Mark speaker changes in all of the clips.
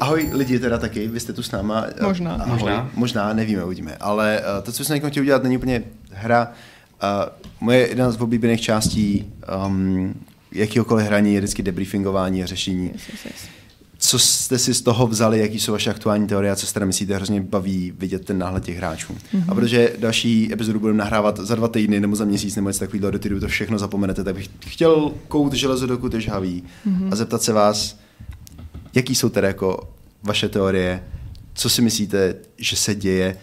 Speaker 1: Ahoj lidi teda taky, vy jste tu s náma.
Speaker 2: Možná.
Speaker 1: Ahoj.
Speaker 3: Možná.
Speaker 1: Možná, nevíme, uvidíme. Ale uh, to, co jsem někdo chtěl udělat, není úplně hra. Uh, moje jedna z oblíbených částí um, jakýhokoliv hraní je vždycky debriefingování a řešení.
Speaker 2: Yes, yes, yes.
Speaker 1: Co jste si z toho vzali, jaký jsou vaše aktuální teorie a co se teda myslíte, hrozně baví vidět ten náhled těch hráčů. Mm-hmm. A protože další epizodu budeme nahrávat za dva týdny nebo za měsíc nebo něco takového, do té doby to všechno zapomenete, tak bych chtěl kout železo do kuty žhaví mm-hmm. a zeptat se vás, jaký jsou teda jako vaše teorie, co si myslíte, že se děje,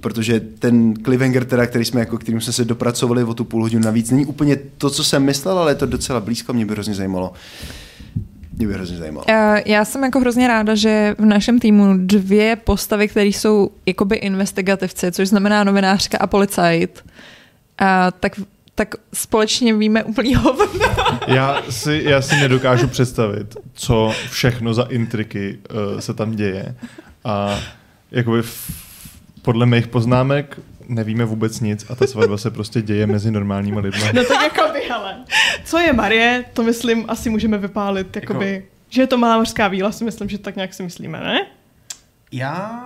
Speaker 1: protože ten cliffhanger, teda, který jsme, jako, kterým jsme se dopracovali o tu půl hodinu navíc, není úplně to, co jsem myslel, ale je to docela blízko, mě by hrozně zajímalo. Mě by hrozně zajímalo.
Speaker 2: Eh, Já jsem jako hrozně ráda, že v našem týmu dvě postavy, které jsou jakoby investigativci, což znamená novinářka a policajt, a tak, tak společně víme úplný hovno.
Speaker 4: Já si, já si nedokážu představit, co všechno za intriky uh, se tam děje. A jakoby v, podle mých poznámek nevíme vůbec nic a ta svatba se prostě děje mezi normálními lidmi.
Speaker 5: No tak jako by, hele. Co je Marie, to myslím, asi můžeme vypálit, jakoby, jako... že je to malá mořská víla, si myslím, že tak nějak si myslíme, ne?
Speaker 3: Já...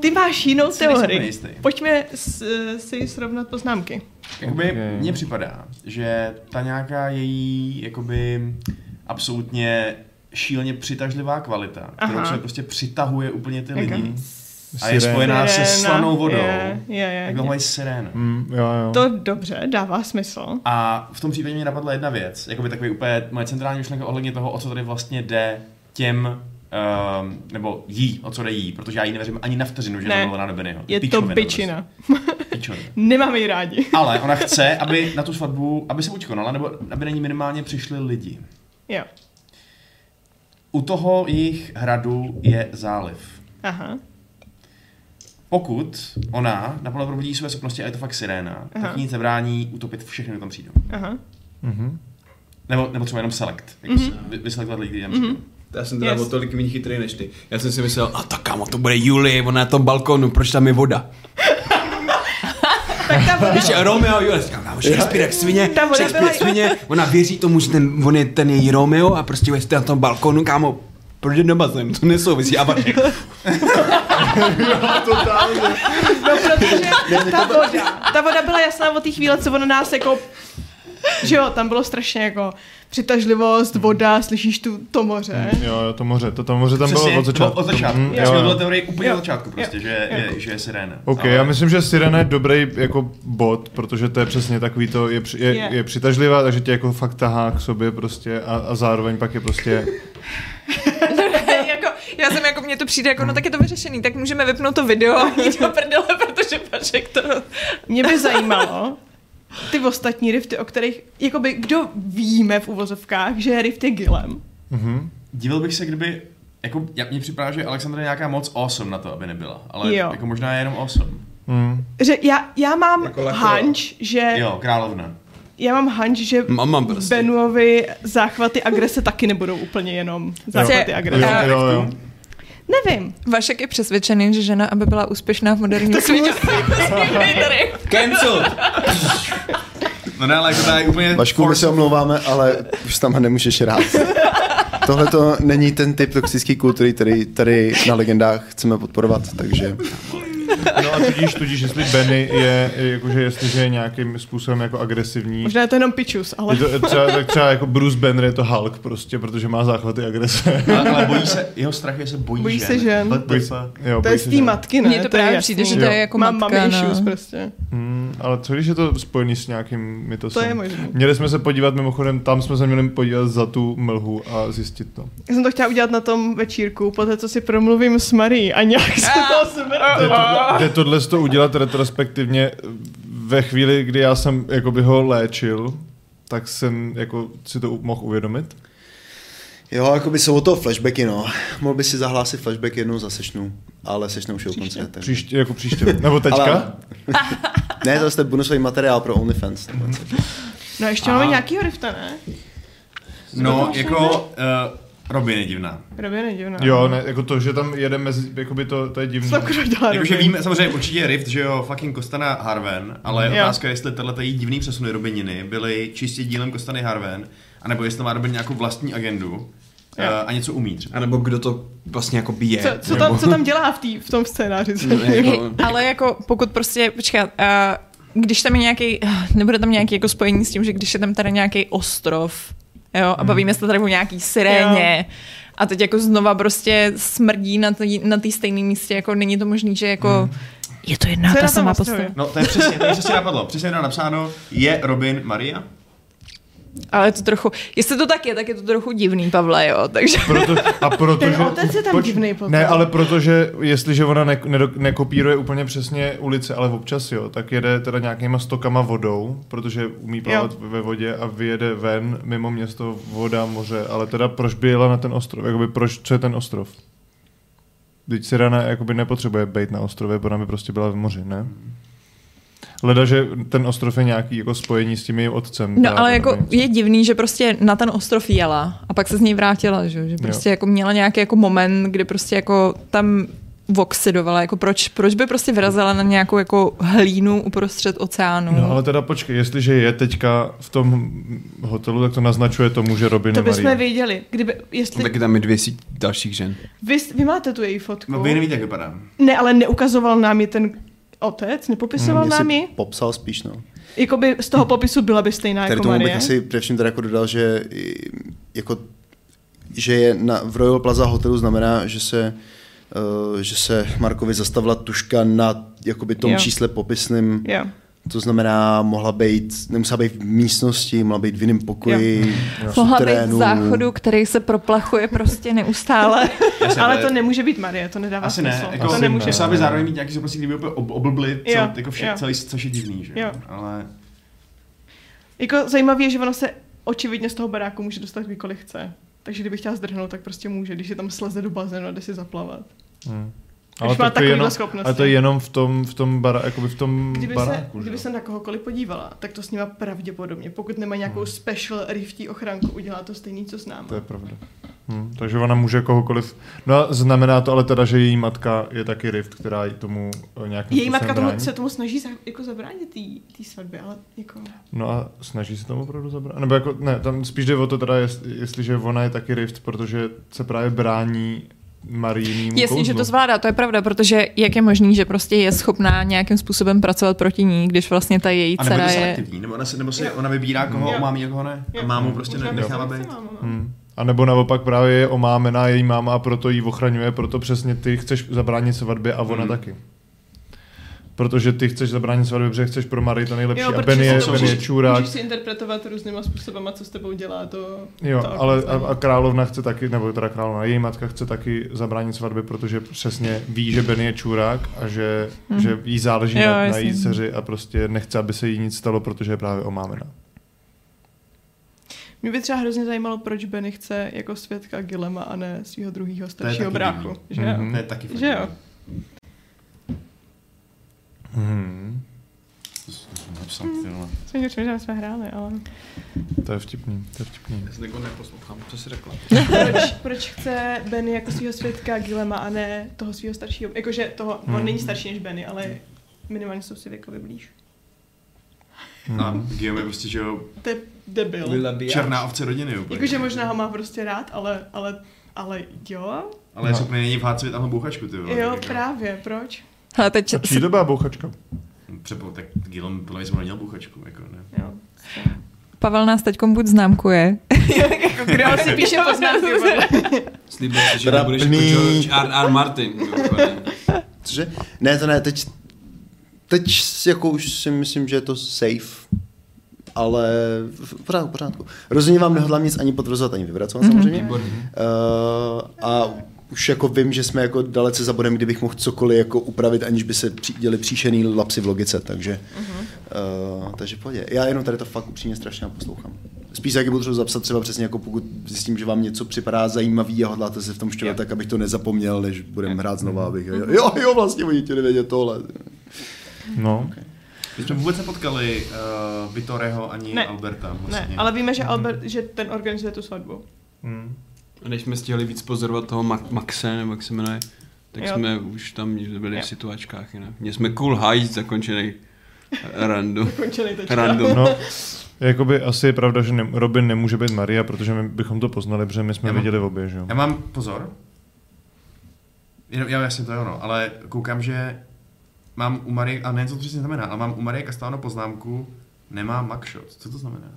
Speaker 5: Ty máš jinou
Speaker 3: Si nejsem
Speaker 5: teorii.
Speaker 3: jistý.
Speaker 5: Pojďme s, eh, si srovnat poznámky.
Speaker 3: Jakoby
Speaker 4: Okay.
Speaker 3: mně připadá, že ta nějaká její jakoby absolutně šíleně přitažlivá kvalita, kterou
Speaker 5: Aha.
Speaker 3: se prostě přitahuje úplně ty
Speaker 5: Jaká?
Speaker 3: lidi a je
Speaker 4: Sirena.
Speaker 3: spojená se
Speaker 5: Sirena,
Speaker 3: slanou vodou,
Speaker 5: je, je, je.
Speaker 3: tak mají sirén.
Speaker 4: Mm, jo,
Speaker 3: No.
Speaker 4: jo.
Speaker 5: To dobře, dává smysl.
Speaker 3: A v tom případě mě napadla jedna věc, jakoby takový úplně moje centrální myšlenka ohledně toho, o co tady vlastně jde těm, um, nebo jí, o co jde jí, protože já jí nevěřím ani na vteřinu, že
Speaker 5: Ne.
Speaker 3: ne. na Bennyho.
Speaker 5: Je to
Speaker 3: Píčovina
Speaker 5: byčina.
Speaker 3: prostě. Píčovina.
Speaker 5: Nemáme ji rádi.
Speaker 3: Ale ona chce, aby na tu svatbu, aby se buď konala, nebo aby na ní minimálně přišli lidi.
Speaker 5: Jo.
Speaker 3: U toho jejich hradu je záliv.
Speaker 5: Aha.
Speaker 3: Pokud ona naplno probudí své schopnosti a je to fakt siréna,
Speaker 5: Aha.
Speaker 3: tak ní zabrání utopit všechny, kdo tam přijdou.
Speaker 5: Aha.
Speaker 4: Mhm.
Speaker 3: Nebo, nebo třeba jenom select. Jako mm-hmm. vy, vyselektovat lidi, kteří tam přijdou. Mm-hmm.
Speaker 6: Já jsem teda
Speaker 5: Mhm. Yes.
Speaker 6: yes. o tolik méně chytrý než ty. Já jsem si myslel, a tak kámo, to bude Julie, ona je na tom balkonu, proč tam je voda?
Speaker 5: Tak ta voda,
Speaker 6: Víš, Romeo a Julie, říkám, kámo, Shakespeare jak svině,
Speaker 5: Ta voda
Speaker 6: Shakespeare
Speaker 5: byla-
Speaker 6: jak svině, ona věří tomu, že ten, on je ten její Romeo a prostě jste na tom balkonu, kámo, proč jde do bazénu, to nesouvisí, a Bartek,
Speaker 5: no, protože ta voda, ta voda byla jasná od té chvíle, co ona nás jako... Že jo, tam bylo strašně jako přitažlivost, voda, slyšíš tu to moře.
Speaker 4: Jo, jo, to moře, to, to moře tam bylo od začátku.
Speaker 3: Od začátku.
Speaker 4: Mm,
Speaker 3: Mm,
Speaker 4: jo,
Speaker 3: Já jsem
Speaker 4: jo.
Speaker 3: byl teorii úplně
Speaker 5: Jo.
Speaker 3: od začátku prostě,
Speaker 5: Jo.
Speaker 3: že, Je, že je siréna.
Speaker 4: OK, já myslím, že Sirena je dobrý jako bod, protože to je přesně takový to, je, při- je,
Speaker 5: Je.
Speaker 4: je. je přitažlivá, takže tě jako fakt tahá k sobě prostě a, a zároveň pak je prostě...
Speaker 2: jako, já jsem jako, mně to přijde jako, no tak je to vyřešený, tak můžeme vypnout to video a jít do prdele, protože Pašek to...
Speaker 5: Mě by zajímalo, ty ostatní rifty, o kterých, jakoby, kdo víme v uvozovkách, že rift je gilem.
Speaker 4: Mhm.
Speaker 3: Divil bych se, kdyby... Jako, já, mně připadá, že Alexandra je nějaká moc awesome na to, aby nebyla. Ale
Speaker 5: Jo.
Speaker 3: jo. jako možná je jenom awesome.
Speaker 4: Mm.
Speaker 5: Že já, já mám
Speaker 6: Jako
Speaker 5: jako
Speaker 6: Lakova.
Speaker 5: hunch, že, jo.
Speaker 3: Jo, královna.
Speaker 5: já mám hunch, že
Speaker 6: mama prostě.
Speaker 5: Benuovi záchvaty agrese taky nebudou úplně jenom záchvaty
Speaker 2: Jo.
Speaker 4: Jo,
Speaker 5: agrese.
Speaker 2: Já-
Speaker 4: jo, jo.
Speaker 5: Nevím.
Speaker 2: Vašek je přesvědčený, že žena, aby byla úspěšná v moderním světě.
Speaker 6: cancel,
Speaker 3: No ne, ale jako tady úplně...
Speaker 1: Vašku, my se omlouváme, ale už s náma nemůžeš rád. Tohle to není ten typ toxické kultury, který tady na legendách chceme podporovat, takže
Speaker 4: No a tudíž, tudíž jestli Benny je, je jakože jestliže je nějakým způsobem jako agresivní,
Speaker 5: Možná je to jenom pičus, ale...
Speaker 4: je to, třeba, tak třeba jako Bruce Banner je to Hulk prostě, protože má záchvaty agrese.
Speaker 3: Ale, ale bojí se, jeho strach je, že se bojí,
Speaker 5: Bojí
Speaker 3: žen.
Speaker 5: se žen.
Speaker 3: What the
Speaker 4: Bojí-
Speaker 3: fuck?
Speaker 4: jo,
Speaker 5: To
Speaker 4: bojí
Speaker 5: je
Speaker 4: se,
Speaker 5: z té
Speaker 4: že-
Speaker 5: matky, ne?
Speaker 2: Mně to právě
Speaker 5: je
Speaker 2: přijde,
Speaker 5: jasný.
Speaker 2: že to
Speaker 4: Jo.
Speaker 2: je jako
Speaker 5: Mám
Speaker 2: matka,
Speaker 5: mami issues
Speaker 2: no.
Speaker 5: prostě.
Speaker 4: Hmm, ale co když je to spojený s nějakým mytosem?
Speaker 5: To je možný.
Speaker 4: Měli jsme se podívat mimochodem, tam jsme se měli podívat za tu mlhu a zjistit to.
Speaker 5: Já jsem to chtěla udělat na tom večírku, poté co si promluvím s Marí a nějak se
Speaker 2: Ah.
Speaker 5: to
Speaker 4: Jde tohle- Jde
Speaker 5: zmrtilo.
Speaker 4: tohle to udělat retrospektivně ve chvíli, kdy já jsem jakoby ho léčil, tak jsem jako si to mohl uvědomit.
Speaker 1: jo, jako by jsou o toho flashbacky, no. Mohl by si zahlásit flashback jednou za sešnu, ale sešnu už je u konce. tak-
Speaker 4: Příště, jako příště, nebo teďka.
Speaker 1: Ale- Ne, to je bonusový materiál pro OnlyFans. nebo něco.
Speaker 5: No a ještě máme nějakýho rifta, ne?
Speaker 3: No, jako... Uh, Robin je divná.
Speaker 5: Robin je divná.
Speaker 4: Jo, ne, jako to, že tam jede mezi, jakoby to, to je divný.
Speaker 5: Jsem akorát dala
Speaker 3: Hmm. Jakože
Speaker 5: Robin.
Speaker 3: víme, samozřejmě určitě je Rift, že jo, fucking Kostana Harven, ale je
Speaker 5: Jo.
Speaker 3: otázka, jestli tyhle její divný přesuny Robininy byly čistě dílem Kostany Harven, anebo jestli má Robin nějakou vlastní agendu. eh, a něco umí třeba.
Speaker 6: A nebo kdo to vlastně jako je.
Speaker 5: Co, co, tam, co tam dělá v, tý, v tom scénáři?
Speaker 6: jako,
Speaker 2: Ale jako pokud prostě, počkat, a když tam je nějaký, nebude tam nějaký jako spojení s tím, že když je tam teda nějaký ostrov, jo, a bavíme se tady o nějaký siréně, a teď jako znova prostě smrdí na té na tý stejné místě, jako není to možný, že jako je to jedna
Speaker 5: Co
Speaker 2: a ta
Speaker 5: je na tom
Speaker 2: samá
Speaker 5: ostrově?
Speaker 2: postava.
Speaker 3: No, to je přesně, to je přesně napadlo. Přesně tam napsáno, je Robin Maria?
Speaker 2: Ale je to trochu, jestli to tak je, tak je to trochu divný, Pavle, jo, takže...
Speaker 4: Proto, a protože,
Speaker 5: Ten otec je tam divný potom.
Speaker 4: Ne, ale protože, jestliže ona ne, ne, nekopíruje úplně přesně ulici, ale občas jo, tak jede teda nějakýma stokama vodou, protože umí plavat jo. ve vodě a vyjede ven mimo město voda, moře, ale teda proč by jela na ten ostrov? Jakoby proč, co je ten ostrov? Teď si rana jakoby nepotřebuje být na ostrově, bo ona by prostě byla v moři, ne?
Speaker 5: Mhm.
Speaker 4: Leda, že ten ostrov je nějaký jako spojení s tím jejím otcem.
Speaker 2: No
Speaker 4: právě,
Speaker 2: ale
Speaker 4: nebo
Speaker 2: jako
Speaker 4: něco.
Speaker 2: je divný, že prostě na ten ostrov jela a pak se z něj vrátila, že, že prostě jako měla nějaký jako moment, kdy prostě jako tam voxidovala, jako proč, proč by prostě vyrazila na nějakou jako hlínu uprostřed oceánu.
Speaker 4: No ale teda počkej, jestliže je teďka v tom hotelu, tak to naznačuje tomu, že Robin
Speaker 5: To
Speaker 4: je Marie.
Speaker 5: bychom
Speaker 3: no.
Speaker 5: věděli. Kdyby, jestli...
Speaker 6: taky tam je 200 dalších žen.
Speaker 5: Vy, vy máte tu její fotku.
Speaker 3: No, vy nevíte, jak vypadá.
Speaker 5: Ne, ale neukazoval nám je ten otec, nepopisoval
Speaker 3: Hmm,
Speaker 1: Mě si
Speaker 5: nám ji.
Speaker 1: popsal spíš, no.
Speaker 5: Jakoby z toho popisu byla by stejná
Speaker 1: Tady
Speaker 5: jako
Speaker 1: tomu bych
Speaker 5: Marie.
Speaker 1: asi především teda jako dodal, že i, jako, že je na, v Royal Plaza hotelu znamená, že se eh, že se Markovi zastavila tuška na jakoby tom
Speaker 5: Jo.
Speaker 1: čísle popisným,
Speaker 5: Jo.
Speaker 1: to znamená mohla být, nemusela být v místnosti, mohla být v jiném pokoji, v
Speaker 2: Mohla
Speaker 1: No,
Speaker 2: být
Speaker 1: terénu.
Speaker 2: v záchodu, který se proplachuje prostě neustále.
Speaker 3: Jasně,
Speaker 5: Ale
Speaker 3: je-
Speaker 5: to nemůže být Marie, to nedává
Speaker 3: Asi
Speaker 5: smysl.
Speaker 3: ne, jako,
Speaker 5: to
Speaker 4: Asi
Speaker 5: nemůže.
Speaker 4: ne.
Speaker 3: Musela by zároveň mít nějaký, že prostě kdyby úplně ob, oblbli cel,
Speaker 5: Jo,
Speaker 3: jako vše,
Speaker 5: jo.
Speaker 3: celý, což je divný, že
Speaker 5: Jo.
Speaker 3: Ale
Speaker 5: Jako zajímavé je, že ono se očividně z toho baráku může dostat kdykoliv chce. Takže kdyby chtěla zdrhnout, tak prostě může, když je tam sleze do bazénu a jde si zaplavat.
Speaker 4: Hmm.
Speaker 5: má
Speaker 4: tak to je
Speaker 5: takovýhle
Speaker 4: jenom,
Speaker 5: schopnosti.
Speaker 4: ale to je jenom v tom, v tom, bara, jakoby v tom
Speaker 5: Kdyby, se,
Speaker 4: baráku. že
Speaker 5: kdyby
Speaker 4: jo?
Speaker 5: se na kohokoliv podívala, tak to s nima pravděpodobně, pokud nemá nějakou special riftí ochranku, udělá to stejný, co s náma.
Speaker 4: Hmm. To je pravda. Hmm. Takže ona může kohokoliv. No a znamená to ale teda, že její matka je taky rift, která jí tomu eh, nějakým
Speaker 5: Její matka
Speaker 4: způsobem
Speaker 5: tomu,
Speaker 4: brání.
Speaker 5: se tomu snaží za, jako zabránit tý- tý svatbě, ale jako...
Speaker 4: No a snaží se tomu opravdu zabránit? Nebo jako, ne, tam spíš jde o to teda, jest, jestliže ona je taky rift, protože se právě brání Marijnímu
Speaker 2: Jasně, že
Speaker 4: kouzlu.
Speaker 2: to zvládá, to je pravda, protože jak je možný, že prostě je schopná nějakým způsobem pracovat proti ní, když vlastně ta její
Speaker 3: a nebo
Speaker 2: dcera
Speaker 3: je
Speaker 2: je...
Speaker 3: aktivní, nebo, ona se, nebo se
Speaker 5: Jo.
Speaker 3: ona vybírá, koho
Speaker 5: Jo.
Speaker 3: omámí a koho ne. A mámu prostě ne,
Speaker 5: Možná
Speaker 3: nechává
Speaker 5: prostě
Speaker 3: být.
Speaker 5: chce mámu, no.
Speaker 4: Hmm. A nebo naopak právě je omámená její máma a proto ji ochraňuje, proto přesně ty chceš zabránit svatbě a ona
Speaker 3: Hmm.
Speaker 4: taky. Protože ty chceš zabránit svatbě, protože chceš pro Marie to nejlepší.
Speaker 5: Jo,
Speaker 4: a
Speaker 5: protože
Speaker 4: Ben
Speaker 5: si
Speaker 4: je,
Speaker 5: to
Speaker 4: ben je
Speaker 5: můžeš-
Speaker 4: čurák.
Speaker 5: Můžeš si interpretovat různýma způsobama, co s tebou dělá to.
Speaker 4: Jo,
Speaker 5: to jako
Speaker 4: ale
Speaker 5: okouzlení.
Speaker 4: a, a královna chce taky, nebo teda královna, její matka chce taky zabránit svatbě, protože přesně ví, že Ben je čurák a že,
Speaker 5: Hmm.
Speaker 4: mm. že jí záleží
Speaker 2: Jo,
Speaker 4: jo, na, na
Speaker 2: jasně.
Speaker 4: její dceři a prostě nechce, aby se jí nic stalo, protože je právě no. omámená.
Speaker 5: Mě by třeba hrozně zajímalo, proč Benny chce jako svědka Gilema a ne svého druhého staršího
Speaker 3: taky
Speaker 5: bráchu.
Speaker 3: divný.
Speaker 5: Že?
Speaker 4: Mhm.
Speaker 5: Mm-hmm.
Speaker 3: To je taky fakt.
Speaker 5: Že jo.
Speaker 4: Hmm.
Speaker 3: Napsal, ty vole.
Speaker 5: Jsme něco, že jsme hráli, ale...
Speaker 4: To je vtipný, to je vtipný.
Speaker 6: Já se neposlouchám, co jsi řekla.
Speaker 5: Proč, proč chce Benny jako svého svědka Gilema a ne toho svého staršího? Jakože toho, on
Speaker 4: Mhm.
Speaker 5: není starší než Benny, ale minimálně jsou si věkově blíž.
Speaker 3: A Guillaume je prostě, že jo,
Speaker 5: To je debil.
Speaker 3: černá ovce rodiny úplně.
Speaker 5: Jakože možná ho má prostě rád, ale, ale, ale jo?
Speaker 3: Ale je schopný není vhát svět a bouchačku, ty vole.
Speaker 5: Jo,
Speaker 3: Tak jako-
Speaker 5: právě, proč?
Speaker 2: Hele, teď
Speaker 4: A čí to byla bouchačka?
Speaker 3: Přepo, tak Guillaume podle mě zrovna měl bouchačku, jako ne.
Speaker 5: Jo.
Speaker 2: Pavel nás teď buď známkuje.
Speaker 5: jako Kdo si píše poznámky?
Speaker 6: Slíbil jsi, že
Speaker 1: Teda
Speaker 6: nebudeš jako
Speaker 1: plný-
Speaker 6: George R. R. Martin.
Speaker 1: Cože? Ne, to ne, teď, teď jako už si myslím, že je to safe, ale v pořádku, v pořádku. Rozhodně vám nehodlám nic ani potvrzovat, ani vyvracovat mm-hmm. samozřejmě.
Speaker 6: Výborný.
Speaker 1: Uh, a už jako vím, že jsme jako dalece za bodem, kdybych mohl cokoliv jako upravit, aniž by se při- děli příšený lapsy v logice, takže, uh, takže v pohodě. Já jenom tady to fakt upřímně strašně poslouchám. Spíš jak budu zapsat třeba přesně jako pokud zjistím, že vám něco připadá zajímavý a hodláte se v tom šťovat, tak abych to nezapomněl, než budem hrát znova, abych jo, jo, vlastně oni chtěli vědět tohle.
Speaker 4: No,
Speaker 3: My jsme vůbec nepotkali uh, Vitoreho ani
Speaker 5: Ne.
Speaker 3: Alberta.
Speaker 5: Ne,
Speaker 3: vlastně.
Speaker 5: ale víme, že, Albert, že ten organizuje tu svatbu.
Speaker 4: Hmm.
Speaker 6: A než jsme stihli víc pozorovat toho Ma- Maxe, nebo jak se jmenuje, tak
Speaker 5: Jo.
Speaker 6: jsme už tam byli
Speaker 5: Jo.
Speaker 6: v situačkách jinak. Měli jsme cool heist zakončený. Randu.
Speaker 5: Končili to.
Speaker 6: Randu.
Speaker 4: No, jakoby asi je pravda, že ne, Robin nemůže být Maria, protože my bychom to poznali, protože my jsme
Speaker 3: Já mám-
Speaker 4: viděli obě, že jo?
Speaker 3: Já mám pozor. Jenom, já jasně to je ono, ale koukám, že mám u Marie, a nevím, co to přesně znamená, ale mám u Marie Kastáno poznámku, nemá mugshot. Co to znamená?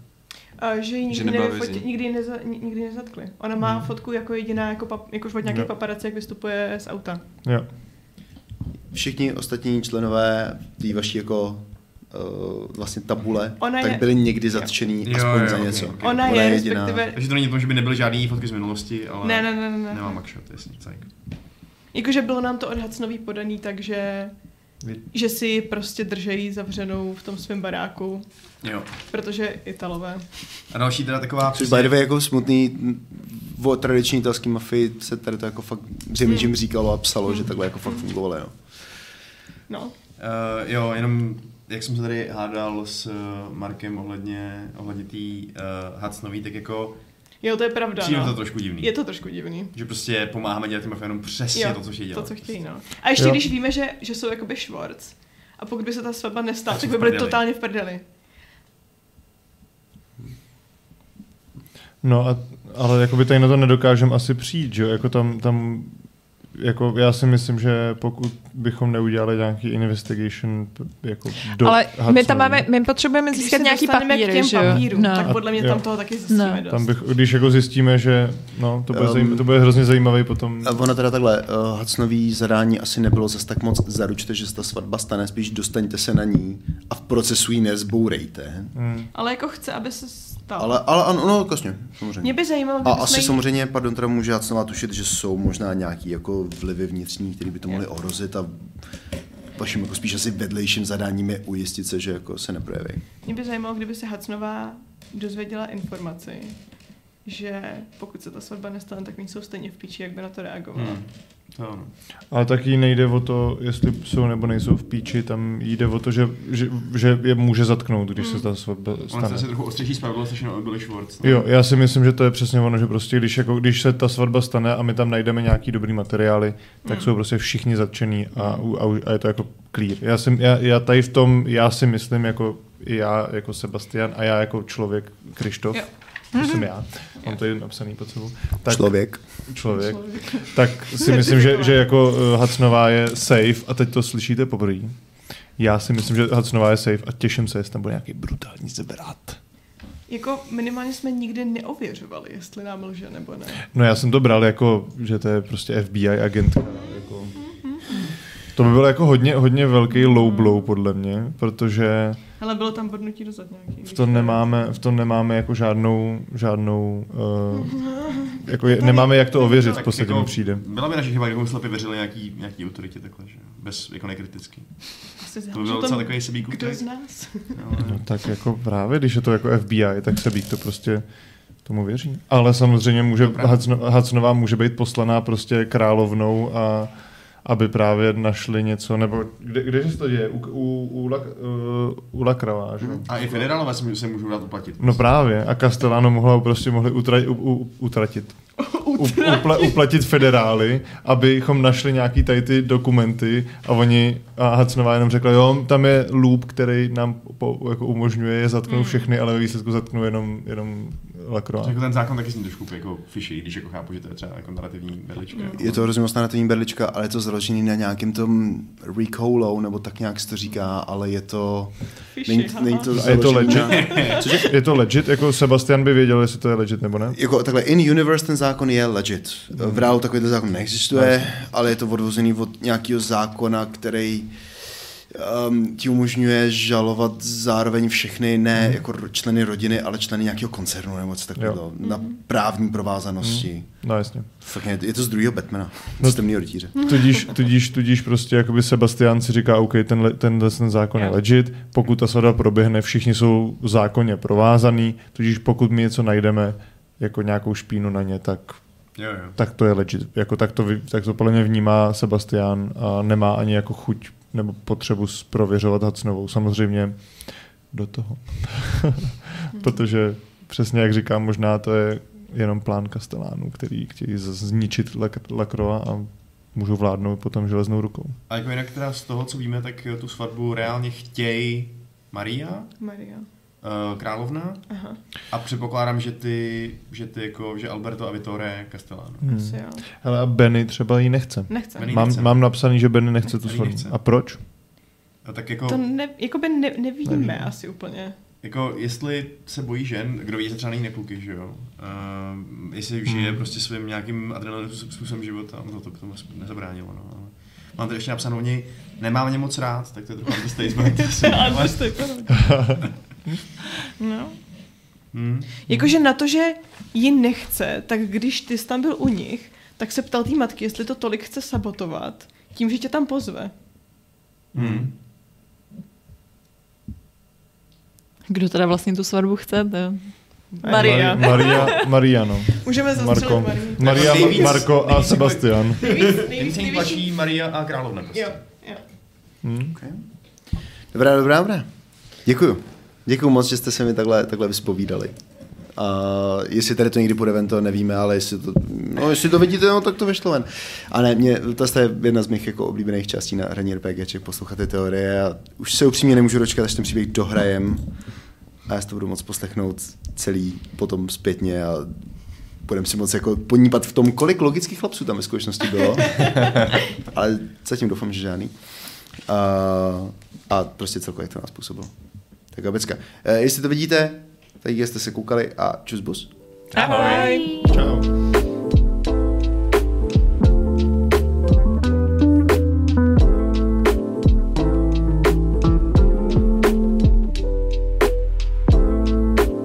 Speaker 5: A že ji nikdy,
Speaker 6: nebyla
Speaker 5: nevfoti,
Speaker 6: vězení.
Speaker 5: nikdy, neza, ni- nikdy nezatkli. Ona má hmm. fotku jako jediná, jako, pap, jako od nějakých
Speaker 4: Jo.
Speaker 5: paparací, jak vystupuje z auta.
Speaker 4: Jo.
Speaker 1: Všichni ostatní členové té vaší jako uh, vlastně tabule,
Speaker 5: Ona
Speaker 1: tak
Speaker 5: je-
Speaker 1: byli někdy zatčený
Speaker 3: Jo,
Speaker 1: aspoň
Speaker 3: jo,
Speaker 1: za
Speaker 3: ok,
Speaker 1: něco.
Speaker 3: ok.
Speaker 5: Ona,
Speaker 1: Ona
Speaker 5: je,
Speaker 1: je jediná.
Speaker 5: respektive...
Speaker 3: Takže to není to, že by nebyly žádný fotky z minulosti, ale
Speaker 5: Ne, ne, ne, ne, ne.
Speaker 3: nemá mugshot, jasně, cajk.
Speaker 5: Jakože bylo nám to od Hacnový podaný, takže
Speaker 3: Vy-
Speaker 5: že si ji prostě držejí zavřenou v tom svém baráku,
Speaker 3: Jo.
Speaker 5: protože Italové.
Speaker 3: A další teda taková
Speaker 1: Což by the way, jako smutný m, o tradiční italský mafii se tady to jako fakt přemýšlím hmm. říkalo a psalo, hmm. že takhle jako fakt fungovalo. Jo.
Speaker 5: No.
Speaker 3: Uh, jo, jenom jak jsem se tady hádal s eh, Markem ohledně, ohledně té uh, Hacnový, tak jako
Speaker 5: Jo, to je pravda,
Speaker 3: přijde
Speaker 5: no.
Speaker 3: mi to trošku divný.
Speaker 5: Je to trošku divný.
Speaker 3: Že prostě pomáháme dělat těm mafiánům přesně
Speaker 5: Jo,
Speaker 3: to, co chtějí dělat.
Speaker 5: To, co chtějí, no. A ještě
Speaker 4: Jo.
Speaker 5: jo. když víme, že, že jsou jakoby švorc, a pokud by se ta svatba nestala,
Speaker 3: Tak
Speaker 5: tak
Speaker 3: jsou
Speaker 5: by
Speaker 3: v
Speaker 5: byli
Speaker 3: prdeli.
Speaker 5: totálně v prdeli.
Speaker 4: No, a, ale jakoby tady na to nedokážem asi přijít, že jo? Jako tam, tam jako já si myslím, že pokud bychom neudělali nějaký investigation p- jako do
Speaker 2: Ale my
Speaker 4: Hudsonovy,
Speaker 2: tam máme, my potřebujeme
Speaker 5: Když
Speaker 2: získat
Speaker 5: se
Speaker 2: nějaký
Speaker 5: dostaneme k
Speaker 2: papíry,
Speaker 5: těm
Speaker 2: že jo?
Speaker 5: papírům,
Speaker 2: no.
Speaker 5: tak podle mě
Speaker 4: A-
Speaker 5: tam
Speaker 4: jo.
Speaker 5: toho taky zjistíme
Speaker 2: No.
Speaker 5: dost.
Speaker 4: Tam bych, když jako zjistíme, že no, to bude, um,
Speaker 1: Um,
Speaker 4: zajím, to bude hrozně zajímavý potom.
Speaker 1: A ono teda takhle, uh, Hacnový zadání asi nebylo zas tak moc zaručte, že se ta svatba stane, spíš dostaňte se na ní a v procesu ji nezbourejte.
Speaker 4: Hmm.
Speaker 5: Ale jako chce, aby se stalo.
Speaker 1: Ale, ale ano, no, jasně, samozřejmě.
Speaker 5: Mě by zajímalo,
Speaker 1: A
Speaker 5: kdyby
Speaker 1: asi
Speaker 5: jsme jí-
Speaker 1: samozřejmě, pardon, teda může Hacnová tušit, že jsou možná nějaký jako vlivy vnitřní, které by to mohly ohrozit a vaším jako spíš asi vedlejším zadáním je ujistit se, že jako se neprojeví.
Speaker 5: Mě by zajímalo, kdyby se Hacnová dozvěděla informaci, že pokud se ta svatba nestane, tak oni jsou stejně v píči, jak by na to reagovala. Hmm.
Speaker 3: Hmm. To je ono.
Speaker 4: Ale taky nejde o to, jestli jsou nebo nejsou v píči, tam jde o to, že, že, že je může zatknout, když
Speaker 2: Hmm.
Speaker 4: se ta svatba
Speaker 3: Ona se
Speaker 4: stane.
Speaker 3: asi trochu ostřejší spravedlnost, slyším od Billy Schwartz. no.
Speaker 4: Jo, já si myslím, že to je přesně ono, že prostě když, jako, když se ta svatba stane a my tam najdeme nějaký dobrý materiály, tak jsou prostě všichni zatčený a, u- a, u- a je to jako clear. Já, jsem, já, já tady v tom, já si myslím jako i já jako Sebastian a já jako člověk Krištof,
Speaker 5: Jo.
Speaker 4: to jsem já, mám to je napsaný pod sebou, tak,
Speaker 1: Tak. Člověk.
Speaker 4: člověk, tak si myslím, že, že jako eh, Hacnová je safe a teď to slyšíte poprvé. Já si myslím, že Hacnová je safe a těším se, jestli tam bude nějaký brutální zvrat.
Speaker 5: Jako minimálně jsme nikdy neověřovali, jestli nám lže nebo ne.
Speaker 4: No já jsem to bral jako, že to je prostě FBI agent. Jako. To by bylo jako hodně, hodně velký low blow podle mě, protože
Speaker 5: Ale bylo tam bodnutí do zad nějaký.
Speaker 4: v tom nemáme, v tom nemáme jako žádnou, žádnou uh, jako je, nemáme jak to ověřit v
Speaker 3: Tak jako
Speaker 4: podstatě mi přijde.
Speaker 3: Byla by naše chyba, kdybychom slepě věřili nějaký, nějaký autoritě takhle, že jo. Bez, jako nekriticky.
Speaker 5: Asi
Speaker 3: To by byl
Speaker 5: záleží
Speaker 3: docela
Speaker 5: tom,
Speaker 3: takový sebík
Speaker 5: kdo z nás.
Speaker 4: No tak jako právě, když je to jako FBI, tak se Bík to prostě tomu věří. Ale samozřejmě může, Hacno- Hacnová může být poslaná prostě královnou a aby právě našli něco, nebo kde, kde se to děje? U, u, u, La, uh, u Lakrava, že?
Speaker 3: A i federálové se, můžou- se můžou dát uplatit.
Speaker 4: No právě, a Castellano mohla prostě mohli utra, u, u, utratit. U, upla, uplatit federály, abychom našli nějaký tady ty dokumenty a oni, a Hacnová jenom řekla, jo, tam je loop, který nám po, jako umožňuje je zatknout všechny, ale ve výsledku zatknou jenom, jenom Lacroix.
Speaker 3: Jako ten zákon taky jsem trošku jako fishy, když jako chápu, že to je třeba jako narrativní berlička. jako.
Speaker 1: Je to hrozně moc narrativní berlička, ale je to založený na nějakém tom recallou, nebo tak nějak se to říká, ale je to...
Speaker 5: Fishy,
Speaker 1: Není,
Speaker 5: haha.
Speaker 1: není to
Speaker 4: A je to
Speaker 1: založený na-
Speaker 4: Je to legit? Jako Sebastian by věděl, jestli to je legit nebo ne?
Speaker 1: Jako takhle, in universe ten zákon je legit. V reálu takovýhle zákon neexistuje, ale je to odvozený od nějakého zákona, který um, ti umožňuje žalovat zároveň všechny, ne
Speaker 4: Mhm.
Speaker 1: mm. jako ro- členy rodiny, ale členy nějakého koncernu nebo co takového, na
Speaker 4: Mhm.
Speaker 1: právní provázanosti. Mm.
Speaker 4: No jasně.
Speaker 1: Fakt, je, je to z druhého Batmana,
Speaker 4: No-
Speaker 1: z temného rytíře.
Speaker 4: Tudíž, tudíž, tudíž prostě jakoby Sebastian si říká, OK, tenhle, tenhle ten zákon je legit, pokud ta sada proběhne, všichni jsou zákonně provázaný, tudíž pokud my něco najdeme, jako nějakou špínu na ně, tak,
Speaker 3: Jo, jo.
Speaker 4: tak to je legit. Jako tak to, vy- tak to podle mě vnímá Sebastian a nemá ani jako chuť nebo potřebu s- prověřovat Hacnovou. Samozřejmě do toho. Protože přesně jak říkám, možná to je jenom plán Kastelánů, který chtějí z- zničit Lak- Lakroa a můžou vládnout potom železnou rukou.
Speaker 3: A jako jinak teda z toho, co víme, tak tu svatbu eh, reálně chtějí Maria,
Speaker 5: Maria.
Speaker 3: eh, královna
Speaker 5: Aha,
Speaker 3: a předpokládám, že ty, že ty jako, že Alberto a Vittore Castellano.
Speaker 4: No.
Speaker 5: asi jo.
Speaker 4: Hele, a Benny třeba ji nechce.
Speaker 5: Nechce.
Speaker 3: Hmm. Benny- nechce.
Speaker 4: Mám, mám napsaný, že Benny nechce tu
Speaker 3: Benny
Speaker 4: svatbu.
Speaker 3: nechce.
Speaker 4: A proč?
Speaker 3: A tak jako,
Speaker 5: To ne, jakoby ne, nevíme asi úplně.
Speaker 3: jako, jestli se bojí žen, kdo ví, že třeba není kluky, že jo? Uh, jestli žije prostě svým nějakým adrenalinovým způsobem života, no to by tomu aspoň nezabránilo, no. ale- Mám tady ještě napsanou něj, nemám mě moc rád, tak to je trochu hmm. understatement. Ale-
Speaker 5: No.
Speaker 3: Hm.
Speaker 5: Jakože na to, že ji nechce, tak když ty jsi tam byl u nich, tak se ptal té matky, jestli to tolik chce sabotovat, tím, že tě tam pozve.
Speaker 3: Hm.
Speaker 2: Kdo teda vlastně tu svatbu chce? To...
Speaker 5: Maria.
Speaker 4: Mari- Maria, Maria, no.
Speaker 5: Můžeme
Speaker 4: Marko.
Speaker 5: zastřelit Marii.
Speaker 4: Maria,
Speaker 3: Jako nejvíc-
Speaker 4: Marko a
Speaker 3: nejvíc-
Speaker 4: Sebastian.
Speaker 5: Nejvíc,
Speaker 3: Nejvíc
Speaker 5: nejvíc,
Speaker 3: se jim
Speaker 5: nejvíc.
Speaker 3: tlačí Maria a královna prostě.
Speaker 5: Jo, jo.
Speaker 4: Hm?
Speaker 1: Okay. Dobrá, dobrá, dobrá. Děkuju. Děkuju moc, že jste se mi takhle, takhle vyspovídali. A jestli tady to někdy půjde ven, to nevíme, ale jestli to, no, jestli to vidíte, no, tak to vyšlo ven. A ne, mě, to je jedna z mých jako oblíbených částí na hraní RPGček, poslouchat ty teorie a už se upřímně nemůžu dočkat, až ten příběh dohrajem a já si to budu moc poslechnout celý potom zpětně a budeme si moc jako ponípat v tom, kolik logických chlapců tam ve skutečnosti bylo. ale zatím doufám, že žádný. A, a prostě celkově jak to nás působilo. Tak a eh, pecka. E, jestli to vidíte, tak jste se koukali a čus bus.
Speaker 5: Ahoj.
Speaker 3: Čau.